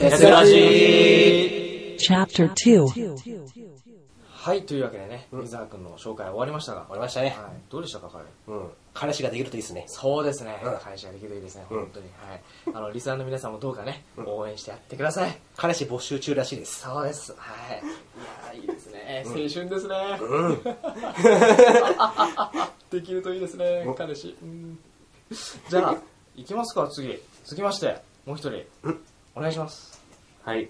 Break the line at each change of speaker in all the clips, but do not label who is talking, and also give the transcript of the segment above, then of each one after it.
安らじ
Chapter 2.
はい、というわけでね、水沢君の紹介終わりましたが、
わりましたね。
はい、どうでしたか、彼。
うん。彼氏ができるといいですね。
そうですね
うん、
会社ができるといいですね、
うん
本当に。はい。あ の、リスナーの皆さんもどうかね、応援してやってください。
彼氏募集中らしいです。
そうです。はい。いやーいいですね。青春ですね。 できるといいですね、彼氏。うんじゃあ、行きますか、次。続きまして、もう一人。お願いします。
はい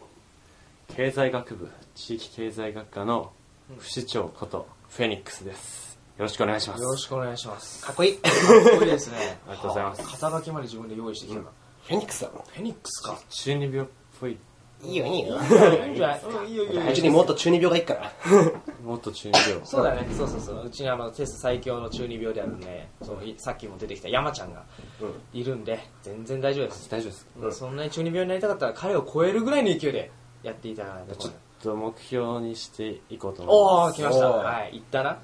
経済学部地域経済学科の不死鳥ことフェニックスですよろしくお願いしま
よろ
す
しくお願いします。
かっこいい。フ
かっこいいですね。
ありがとうございます
はあ肩書きまで自分で用意してきたから。
ェニックスだも
フェニックスか。
中二病っぽい
ん。いいよ、いいよ。
いいんじゃないうんいいよいいよいいよ。
うちにもっと中二病がいいから。
もっと中二病
そうだね、そうそうそう。うちにあの、テスト最強の中二病であるね、そのいさっきも出てきた山ちゃんがいるんで、全然大丈夫です。
大丈夫ですか
うんそんなに中二病になりたかったら彼を超えるぐらいの勢いでやっていただかないと
ちょっと目標にしていこうと
お
思
ー、
います
来ました。
おー
はい、言ったな。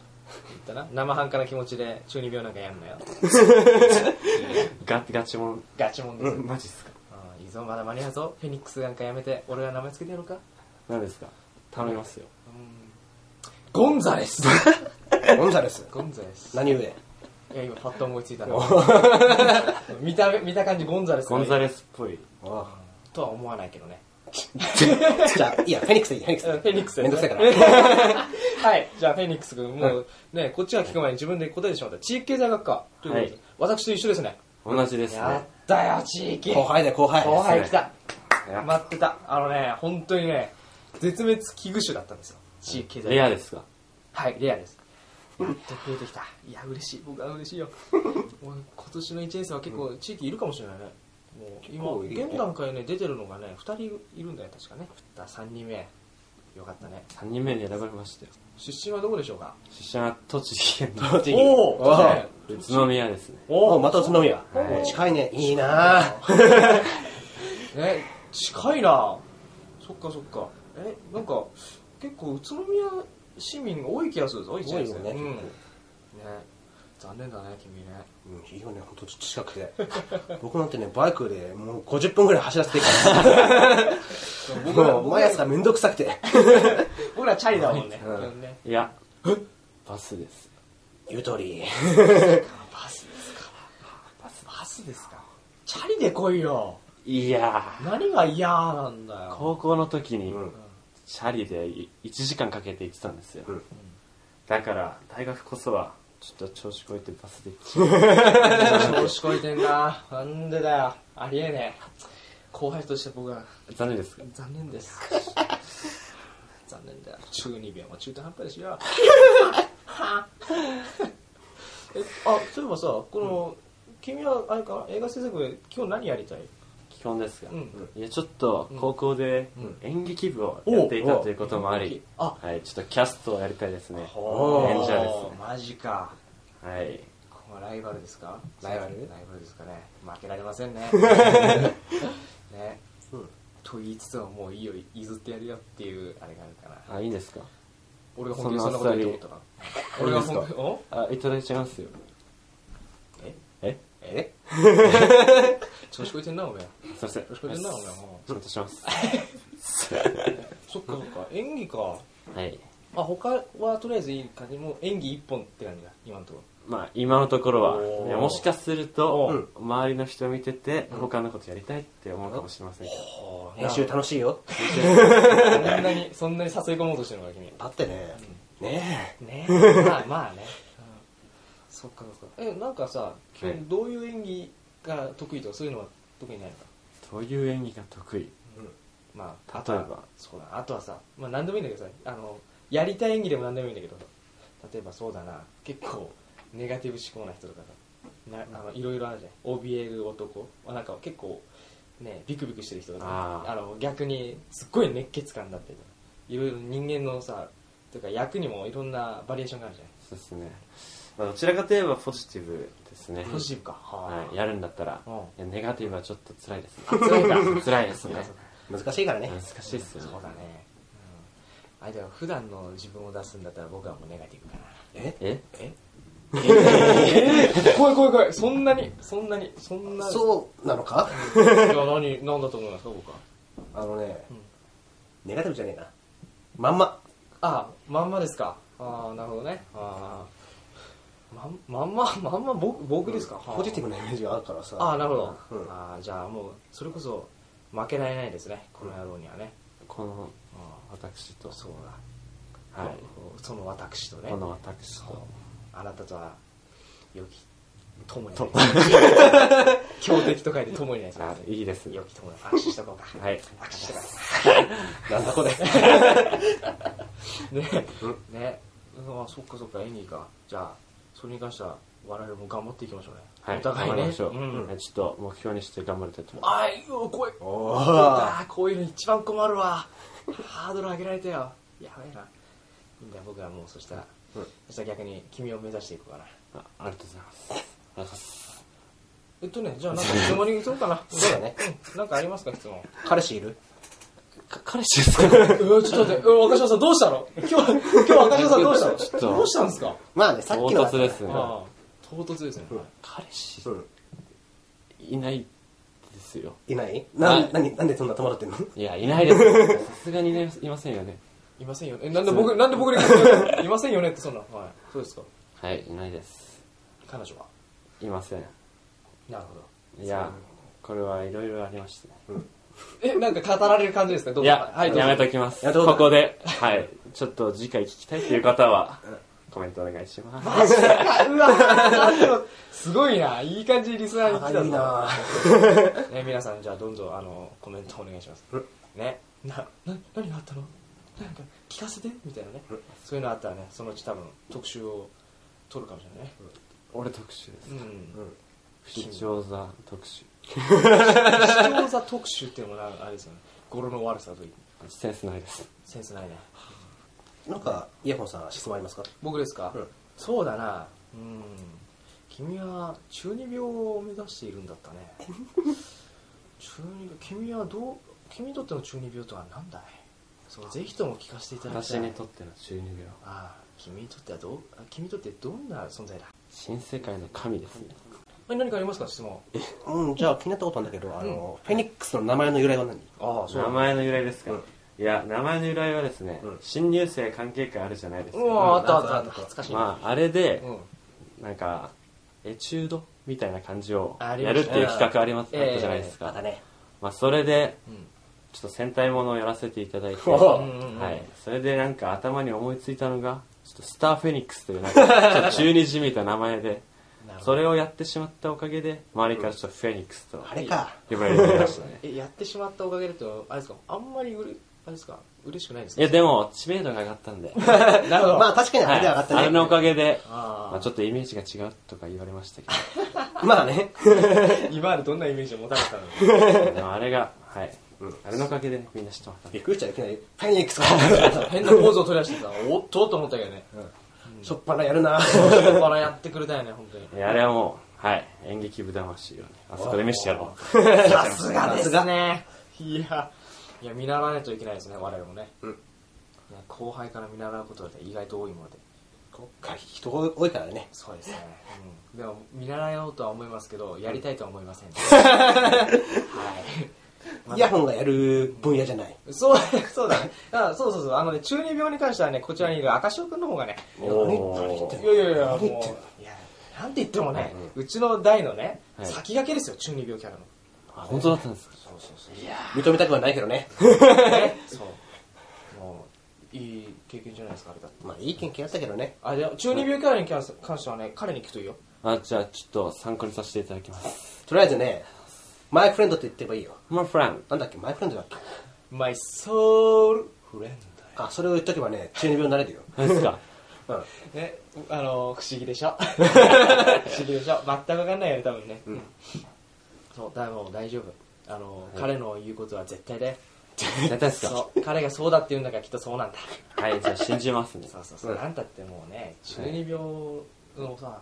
言ったな。生半可な気持ちで中二病なんかやんのよ。
ガガチもん
ガチもんですよ。
マジっすか
あーいいぞ、まだ間に合うぞ。フェニックスなんかやめて、俺が名前つけてやろうか。
何ですか頼みますよ
ゴンザレス
ゴンザレス。
ゴンザレス。
何故
いや、今パッと思いついたの。見た目、見た感じゴンザレス。
ゴンザレスっぽい
あ
とは思わないけどね。
あじゃあ、いいや、フェニックスでいい、フェニックス
フ
でいい。
ェニックス
めんどくさいから。
ら。はい。じゃあ、フェニックス君、もうね、こっちが聞く前に自分で答えてしまった。地域経済学科ということで、
はい
私と一緒ですね。
同じです
や
ね
ったよ、地域。
後輩だよ、後輩。
後輩来た。
やっ
待ってた。あのね、本当にね、絶滅危惧種だったんですよ。地域経済
レアですか
はい、レアです。やっと増えてきた。いや、嬉しい。僕は嬉しいよ。 もう今年の1年生は結構地域いるかもしれないね。もう
結構いる
今、
ね
現段階ね、出てるのがね、2人いるんだよ、確かね。だ3人目。よかったね。
3人目に選ばれましたよ
出身はどこでしょうか
出社は栃木県 の
栃木。
おー
おー
宇都宮ですね
おーまた宇都宮。
はい
近いね。いいなぁ。
え、近いなそっかそっか。え、なんか、結構宇都宮市民が多い気がするぞ、一年生。
多いよね
うんね。残念だね、君ね。
うんいいよね、ほんと近く て。僕なんてね、バイクでもう50分ぐらい走らせていい から。もう毎朝めんどくさくて。
僕らチャリだもんね。
うん
基本ね
いやバスです
ゆとり。
バスですか。バス、バスですか。チャリで来いよ。
いやー
何が嫌なんだよ。
高校の時に
うん
チャリでい1時間かけて行ってたんですよ、
うん
だから大学こそはちょっと調子こいてバスで行っちゃう
調子こいてんな。なんでだよ。ありえねえ。後輩として僕は
残念ですか
残念です。残念だよ。中二病も中途半端でしよ。 え、あ、そういえばさ、この、君はあれか、映画制作で今日何やりたい
基本ですが、
うん
いやちょっと高校で
うん
演劇部をやっていたということもあり、
おお
はい、ちょっとキャストをやりたいですね
おー
演者ですね
マジか。
はい
ここはライバルですか
ライバル
ライバルですかね。負けられませんね。ね。
うん
と言いつつももういいよ、譲ってやるよっていうあれがあるから。
あいいんですか
俺が本当にそんなこと言うってことか
そん
俺
な
が
あっさり
本当に、お
あいただいちゃいますよ
え
え
え調子こいてんな、おめえ。
すいません
調子こいてんな、おめえ。も
ちょっとします
うそっかそっか、演技か。
はい
まあ他はとりあえずいい感じ、もう演技一本って感じだ、今のとこ
まあ今のところ
おー
は、いやもしかすると、周りの人見てて、他のことやりたいって思うかもしれませんけど、
ろ。
練習楽しいよ。
そんなに、そんなに誘い込もうとしてるのか、君。
だってね、ね
ねまあまあね、そっかそっかえなんかさ
はい
君どういう演技が得意とかそういうのは特にないのか
という演技が得意。
まあ
例え
あとは
ば
そうだあとはさ、まあ、何でもいいんだけどさあのやりたい演技でも何でもいいんだけどさ例えばそうだな結構ネガティブ思考な人とかさなあのいろいろあるじゃん怯える男あなんか結構ねビクビクしてる人とか
あー
あの逆にすっごい熱血感だったりとかいろいろ人間のさというか役にもいろんなバリエーションがあるじゃん
そうですね。まあどちらかといえばポジティブですね。
ポジティブか。は
はい、やるんだったら
うん、
いやネガティブはちょっと辛いですね。
辛いか
辛いですね。
難しいからね。
難しいですよね
そ。うだね。うん、あ、でも普段の自分を出すんだったら僕はもうネガティブかな。
え
え
え怖い怖い怖い。そんなに、そんなに、そんな。う。
そうなのか
いや、何、何だと思いますか、僕は。
あのね、
うん
ネガティブじゃねえな。まんま。
あまんまですかああなるほどねああまんまんままんま僕僕ですか、
ポジティブなイメージがあるからさ。
ああなるほど、
うん
ああじゃあもうそれこそ負けられないですねこの野郎にはね、
この
あ
私と
あそうだはいその私とね
この私
そう
と
あなたとは良き友にな
と
り 強敵と書いて友になりま
あ
す
いいです
良き友だ握手しとこうか
はい
握手してください
なんだこれ。
ねねあそっかそっか演技かじゃあそれに関しては我々も頑張っていきましょうね、
はい
お互い
頑張り
ね
ましょう、
ん
はいちょっと目標にして頑張りたいと思いま
あーうわ怖い
お
そう
ー
かこういうの一番困るわハードル上げられたよやべえないいんだよ僕はもうそしたら、
うん
そしたら逆に君を目指していこうかな
すあありがとうございますありがとう ございます
えっとねじゃあなんか質問に移そうかな
そうだね
うんなんかありますか質問
彼氏いる
か彼氏です か
うわちょっと待ってうわ若島さんどうしたの今日今日若島さんどうしたの
ちょっと
どうしたんですか
まあね、さっ
唐
きの。
突ですね
ああ唐突ですね、
うん
彼氏
うん。
いないですよ
いないな
は
ん、
い
なに、なんでそんな戸惑ってんの
いやいないですよさすがにいないいませんよね
いませんよね。えなんで僕、なんで僕に聞くの いませんよねってそんな。はい。そうですか。
はいいないです
彼女は。
いません
なるほど。
いやこれはいろいろありまして
え、なんか語られる感じですかどう
い
ぞ
や、
はい、どうぞ
やめときます。
やどうぞ
ここで、はい。ちょっと次回聞きたいという方は、コメントお願いします。
マジか。うわなんだろうすごいな。いい感じにリスナーに来た
あいいな
ぞ。ね、皆さん、じゃあどんどん、あの、コメントお願いします。ね。な、な、何があったのなんか、聞かせてみたいなね。そういうのあったらね、そのうち多分、特集を取るかもしれないね。
俺特集です
う。ん。
不死鳥座特集。
視聴座特集っていうのもな、あれですよね。語呂の悪さといい。
センスないです。
センスないね。
なんか、イヤホンさん、質問ありますか
僕ですか、
うん
そうだなうん君は中二病を目指しているんだったね中二病君はどう君にとっての中二病とは何だいそうぜひとも聞かせていただき
私
たい
にとっての中二病。
ああ君にとってはどうあ君にとってどんな存在だ
新世界の神ですね。
え何かありますか質問
うん、じゃあ気になったことあるんだけど、あの、フェニックスの名前の由来は何
ああそう
名前の由来ですか、
うん
いや、名前の由来はですね、
うん
新入生関係会あるじゃないです
う
か。
わあ
うん
ったあったあ
なん
った
か
恥ずかしいな、
まあ、あれで、
うん
なんか、エチュードみたいな感じを
あ
や
りまし
るったていう企画あります、
ええ
あったじゃないですか。
またね。
まあ、それで、
うん
ちょっと戦隊ものをやらせていただいて、
おう
うんうんうん
はい、それでなんか頭に思いついたのが、ちょっとスターフェニックスというなんか、ちょっと中日みたいな名前で、
なるほ
そ
ど
れをやってしまったおかげで、周りからちょっとフェニックスと
あれか。
呼ばれてましたね。
えやってしまったおかげでとあれですかあんまりうれあれですか嬉しくないです
い
か
や、でも、知名度が上がったんで、
なるほど、
まあ確かにあ
は
れ
い、
で上がったね。
あれのおかげで、
あー
まあ、ちょっとイメージが違うとか言われましたけ
まあね。
今までどんなイメージを持たれてたの
ど、でもあれが、はい、あれのおかげでみんな知ってもらったん
びっ
で。
くりしちゃいけない。フェニックスが。
変なポーズを取り出してさ、おっとと思ったけ どね。
しょっぱなやるな。
バラやってくれたよね、本当に。
いやあれはもう、はい、演劇部魂をね、あそこで見せてやろう。
さす
さすが
が。
ね。いや、いや見習わないといけないですね、我々もね。
うん
いや後輩から見習うことって意外と多いもので。
人が多いからね。
そうですね。うん、でも、見習おうとは思いますけど、やりたいとは思いません、はい。
イヤホンがやる分野じゃない。
そう、そうだね。あそうそうそう。あのね、中二病に関してはね、こちらにいる赤潮くんの方がね、
おー
何言って
いやいやいや、も
何
う、い
言ってんの
や、なんて言ってもね、うちの代のね、
はい
先駆けですよ、中二病キャラの。
あ本当だったんですか
そうそうそう。いや
認めたくはないけどね。
ね、そう。もう、いい経験じゃないですか、あれだって。
まあいい見験やったけどね。
あ、じゃ中二病キャラに関し関してはね、彼に聞くといいよ。
あ、じゃあちょっと参考にさせていただきます。
とりあえずね、マイフレンドって言ってればいいよ。
My friend,
なんだっけマイフレンドだっけ
My soul friend.
あ、それを言っとけばね、中二病になれるよ。
何ですか
うん。
ね、あの、不思議でしょ。不思議でしょ。全くわかんないよね、多分ね。そう、だからもう大丈夫。あの、彼の言うことは絶対だよ。
絶対ですか
そう、彼がそうだって言うんだからきっとそうなんだ。
はい、じゃあ信じますね。
そうそうそう、
うん
なんたってもうね、中二病のさ、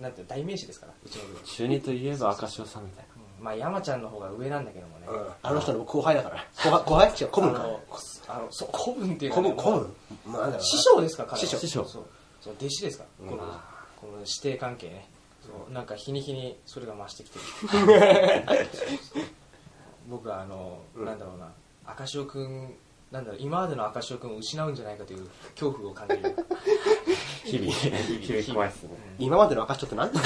なんていうの代名詞ですから、うちの部、
中二といえば赤潮さんみたい
うんまあ、山ちゃんの方が上なんだけどもね、
うんあの人の後輩だから。後輩後輩違う、古
あ
文か。
の、あのそう古文っていうか、
古
ね、
文、古
もう
文なんだろうな
師匠ですか、彼は
師匠
師匠
そうそう弟子ですから、このこの師弟関係ね、そうなんか日に日に それが増してきてる、僕はあの、なんだろうな、赤潮くんなんだろう今までの赤潮くんを失うんじゃないかという恐怖を感じ る
日々、日々怖いっすね。
今までの赤潮って何だ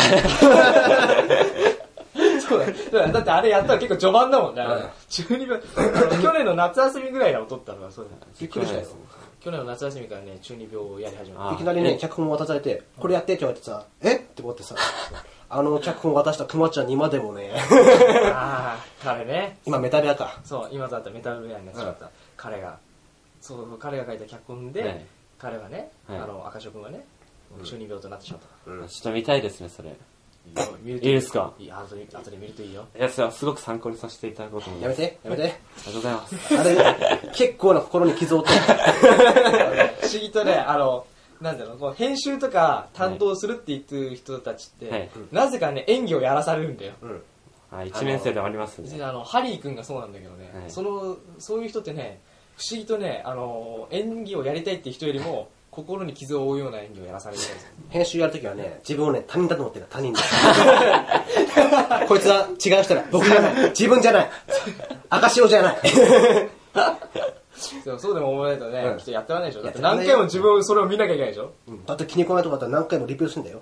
そうだそうだだってあれやったら結構序盤だもんね、あれ12分あの去年の夏休みぐらいだもん撮ったのがそうだ
びっくりしたよ。
去年の夏休みからね中二病をやり始め
あ
た
いきなりね、脚本渡されて、これやってって言われてさ、えって思ってさ、あの脚本渡したクマちゃんに今でもね、
あああれね
今メタレアか。
そう今だったメタルウェアになっちまった、彼がそう彼が書いた脚本で、
はい
彼はね、
はい
あの赤潮君がね中二病となってしまった、
ちょっと見たいですね、それ。
見る
いいですか
いや後で後で見るといいよ
いや、それはすごく参考にさせていただこうと思い
や
ま
め
す。
て、やめて。
ありがとうございます。
あれ、結構な心に傷を負った。
不思議とね、あの、なんだろう、こう編集とか担当するって言ってる人たちって、
はい
なぜかね、演技をやらされるんだよ。
うん。
あ、1年生ではあります
別に
ね。
あの、ハリー君がそうなんだけどね、
はい
その、そういう人ってね、不思議とね、あの、演技をやりたいって人よりも、心に傷を負うような演技をやらされるんですよ。
編集やるときはね、自分をね、他人だと思ってる他人だ。 こいつは違う人だ。僕じゃない。自分じゃない。赤潮じゃない。
そうそうでも思わないとね、
うん
きっとやってらんないでしょ。だって
やってらん
何
ないよ
回も自分をそれを見なきゃいけないでしょ。
だって気に食わないとこだったら何回もリピートするんだよ。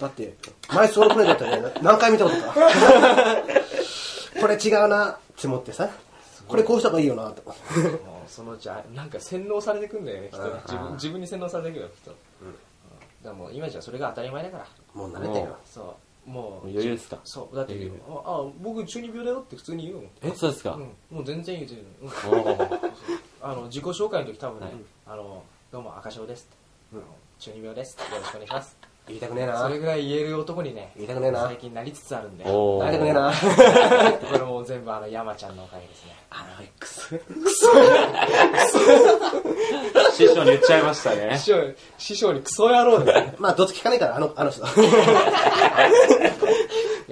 だって、前その船だったらね、何回見たことか。これ違うなって思ってさ、これこうした方がいいよなと。
もうそのうちあなんか洗脳されてくんだよね、人に自分自分に洗脳されてくるよ、人。うんだからもう今じゃそれが当たり前だから。
もう慣れてるよ。
そう。もう、
余裕ですか
そう、だって言うよ
え
あ、あ僕中二病だよって普通に言うもん。
え、そうですか
うん、もう全然言うてる。うん
おー
あの、自己紹介の時多分ね
はい、
あの、どうも赤潮ですって。あの中二病です。よろしくお願いします。
言いたくねえ
そ
な
れ。ぐらい言える男にね、
言いたくねえな
最近なりつつあるんで。こ
お
言いたくねえ
ー。
な。
れも全部あの、山ちゃんのおかげですね。
あら、くそ。
師匠に言っちゃいましたね
師。匠、師匠にクソ野郎だよ。
まあ、どっち聞かないから、あの、あの人。
い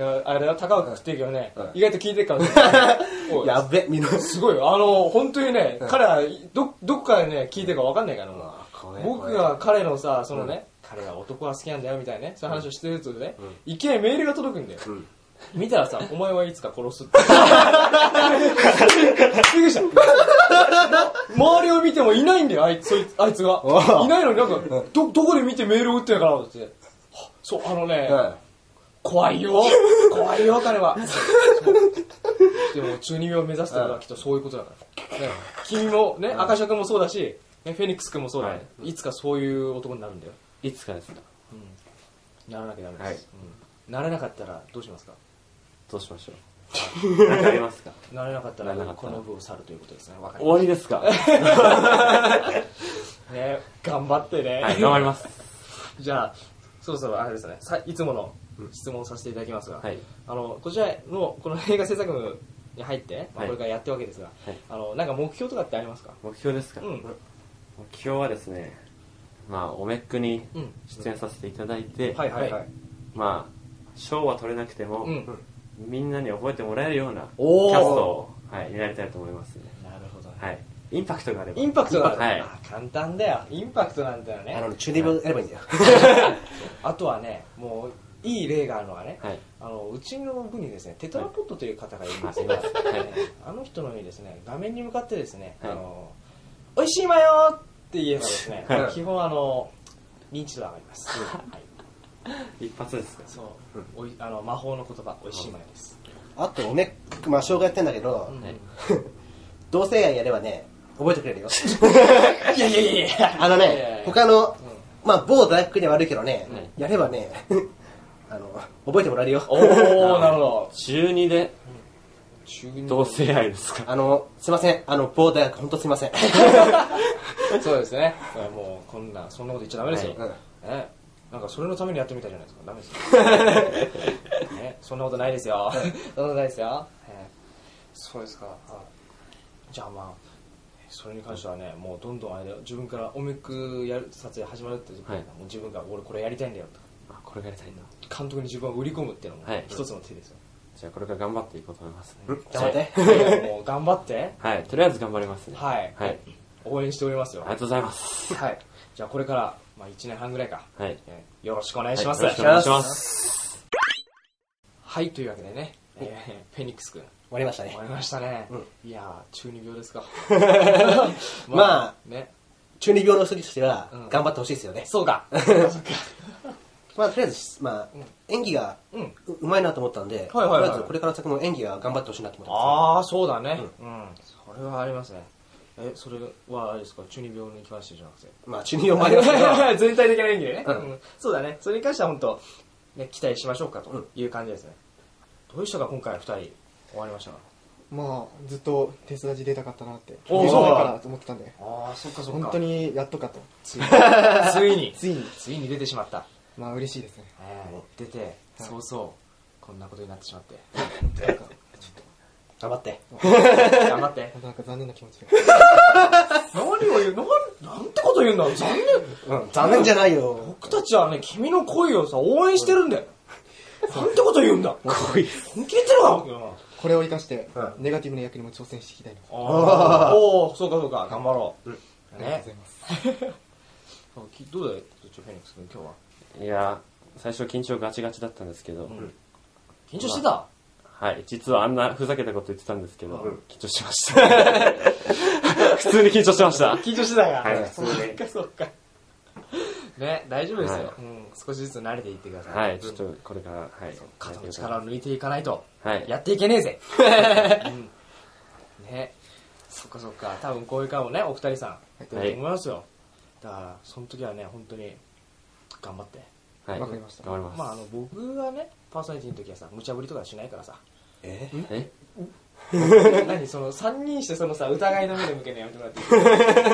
や、あれは高岡食ってるけどね
うん、
意外と聞いてるからね。 おい
やっべ、みんな。
すごいよ。あの、本当にね、彼はど、どっからね、聞いてるかわかんないから、もう。
あ怖い
僕が彼のさ、そのね、彼は男は好きなんだよみたいなね、そういう話をしてるとね、いきなりメールが届くんだよ。
ん
見たら さ、お前はいつか殺すって。びっくりした。周りを見てもいないんだよ、あいつそいつあいつが。
おう
いないのになんか、ど、どこで見てメールを打ってんのかなって。はそう、あのね、
うん。
怖 いよ。怖いよ、彼は。 でも、中二病を目指すというのはきっとそういうことだ から。ね君も、ね、赤シャ君もそうだし、ねフェニックス君もそうだね。いつかそういう男になるんだよ。
いつかですか
ならなきゃダメです。うんなれなかったらどうしますか
どうしましょう。わかりますか
なれなかったら
なれなかった
こ
ら
の部を去るということですね。わかり
終
ま
わりですか
すね。頑張ってね。
はい、頑張ります。
じゃあ、そろそろあれですね、さいつもの質問をさせていただきますが、
はい
あのこちらのこの映画制作部に入って、ま
は
あ、
い
これからやってるわけですが、
はい
あのなんか目標とかってありますか、
目標ですか、
うん
目標はですね、まあ、おめっくに
うん
出演させていただいて、
はいはいはい。
まあ、賞は取れなくても、
うん
みんなに覚えてもらえるようなキャスト
おー
を、はい、になりたいと思いますね。
なるほどね、
はい。インパクトがあれば。
インパクトがある、
はい
あ簡単だよ、インパクトなんだよ
あ
ね
の、、中二病やればいいんだよ。
あとはね、もういい例があるのはね、
はい。
あのうちの部にですね、テトラポッドという方がいるんです
はい
が、
はい
ね あの人のようにですね、画面に向かってですね、
はい
あの美味しいマヨって言えばですね、
はい
基本あの認知度が上がります。はい
一発ですか
そう、おいあの魔法の言葉、美味しいマヨです。
あと、おめっく、まあ、障害やってんだけど、同性愛やればね、覚えてく れるよ。
いやいやいやいや。
あの
いやい
ね
や、
他の、まあ、某大学には悪いけどね
はい、
やればね、 あの、覚えてもらえる
お
よ。
おなるほど。
中2で
中二
同性愛ですか
あの、すいません。あの、某大学、ほんとすいません。
そうですね。だからもうこんなそんなこと言っちゃダメですよ。
はい
うん
ね、なんかそれのためにやってみたじゃないですか。ダメです よ。ね、そんなことないですよ。そんなことないですよ。えーそうですか。はいじゃあまあ。それに関してはね、もうどんどんあれだよ自分からおめくやる撮影始まるって時に、
はい
もう自分から俺これやりたいんだよとか
あこれからやりたいな。
監督に自分を売り込むっていうのも
はい
一つの手ですよ、
じゃあこれから頑張っていこうと思いますね。
頑張って。
はいもう頑張って。
はい。とりあえず頑張りますね。
はい。
はい。
応援しておりますよ。
ありがとうございます。
はい。じゃあこれから、まあ1年半ぐらいか。
はい。
えーよろしくお願いします。
はいよろしくお願いします。
はい、というわけでね、えーフェニックス君
わりました
終
ね
わ。りましたね、
う
いやー中二病です か
まあ
ね
中二病の人としては
うん、
頑張ってほしいですよね。
そうかそっか
まあ、とりあえず、まあ、演技が
うん
ううまいなと思ったんで、
はいはいはい
とりあえずこれから先も演技が頑張ってほしいなと思ってま
ああそうだねうん、それはありますねえそれはあれですか中二病に関してじゃなくて
す。まあ、中二病もありますけ ど、
全体的な演技でね、
うん
うんそうだねそれに関しては本当、ね、期待しましょうか
うん
という感じですね、どういう人が今回2人終わりましたか
まあずっとテスラジ出たかったなって
おー
出たいからと思ってたんで
ああそっかそ
本当にやっとかと
ついについ に
ついに
ついに出てしまった、
まあ嬉しいですね
えー出てそうそうこんなことになってしまって
なんか
頑張って。
頑張って
なんか残念な気持ちが
何を言うなんなんてこと言うんだろう残念
うん、残念じゃないよ。
僕たちはね君の恋をさ応援してるんだよなんてこと言うんだ
恋。
本気で言ってるのか
これを生かして
うん
ネガティブな役にも挑戦していきたいな
あーおおそうかそうか頑張ろう、
ありがとう
ね
ございます
そうきどうだいそっちのフェニックス君今日はい
や、最初緊張ガチガチだったんですけど、
ん緊張してた、
はい、実はあんなふざけたこと言ってたんですけど、
うん
緊張しました。 普通に緊張してました。
緊張してたから、
はい
そうかそうかね大丈夫ですよ、
はい
うん、少しずつ慣れていってください、
はい、ちょっとこれから、はい。
肩の力を抜いていかないと、
はい
やっていけねえぜ、うんねそっかそっか多分こういう回もねお二人さん出ると思いますよ、だからその時はね本当に頑張って
はい。
わかりました
頑張ります。
まああの僕はねパーソナリティの時はさ無茶ぶりとかしないから さ
え
え
何その3人してそのさ疑いの目で向けないやめても ら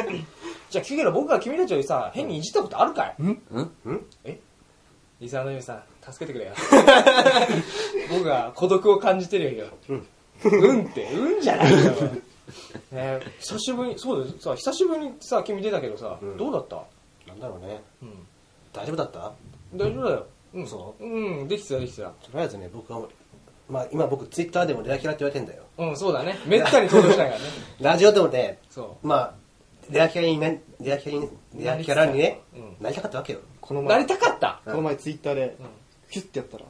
っていいじゃあキュゲロ僕が君たちよりさ変にいじったことあるかい、
ん
えリサーの皆さん助け てくれよ僕は孤独を感じてるようんうんってうんじゃないよ、ね、久しぶりにそうですさ久しぶりにさ君出たけどさ、
うん
どうだった、
なんだろうね。
うん、
大丈夫だった
大丈夫だようん、
そう
うん、できてたできてた
とりあえずね、僕は、まあ、今僕、ツイッターでもレアキャラって言われてんだよ。
うんそうだねめったに登場しないからね
ラジオでもね、
そ
まあ、レアキャラにな、レアキャラに、レアキャラにね
うん、
なりたかったわけよ。
この
うなり
前
たかった
この前ツイッターで
うん
キュッてやったら
ん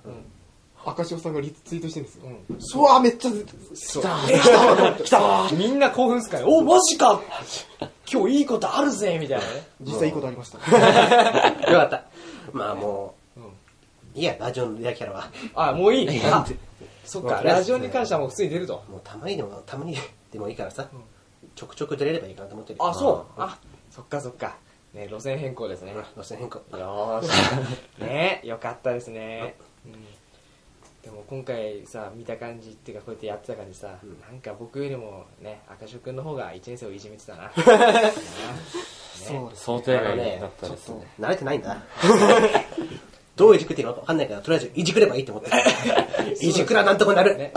赤潮さんがリツイートしてるんですよ
うん
うわめっちゃ
来た来た来たみんな興奮すからおマジか今日いいことあるぜみたいなね
実際いいことありました
よかった。まあもう
うん、
いいや、ラジオのレアキャラは。
あもういいあそっ
もう
か
とりあえず
ラジオに関してはもう普通に出ると
もうたまにでも、たまにでもいいからさ、ちょくちょく出れればいいかなと思ってる。
あそうあそっかそっかね路線変更ですね
うん。路線変更。
よーしねよかったですねうんでも今回さ見た感じっていうかこうやってやってた感じさ
うん
なんか僕よりもね赤潮くんの方が1年生をいじめてたなね
そうです
想定外だったですね。
慣れてないんだ。 どういじくっていいかわかんないから、とりあえずいじくればいいと思って る。いじくらなんとかなる。
ね、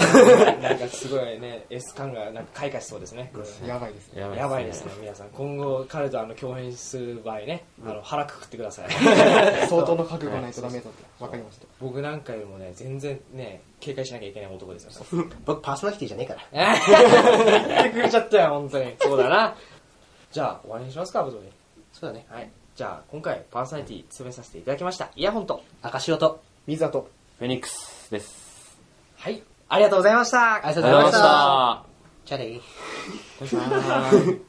なんかすごいね、S 感がなんか開花しそうですね。
やばいですね
や
やばいですね、皆さん。今後、彼とあの共演する場合ね、あの腹くくってください。
相当の覚悟がないとダメだって分かりました
僕なんかよりもね、全然ね、警戒しなきゃいけない男ですよ。
僕パーソナリティじゃねえから。
言ってくれちゃったよ、本当に。そうだな。じゃあ、終わりにしますか、部長に。
そうだね。
はい。じゃあ、今回、パーソナリティ務めさせていただきました。イヤホンと。
赤潮と。
水だと
フェニックスです。
はい。ありがとうございました。
ありが
あ
とうございました。じゃあね
りがとうございました。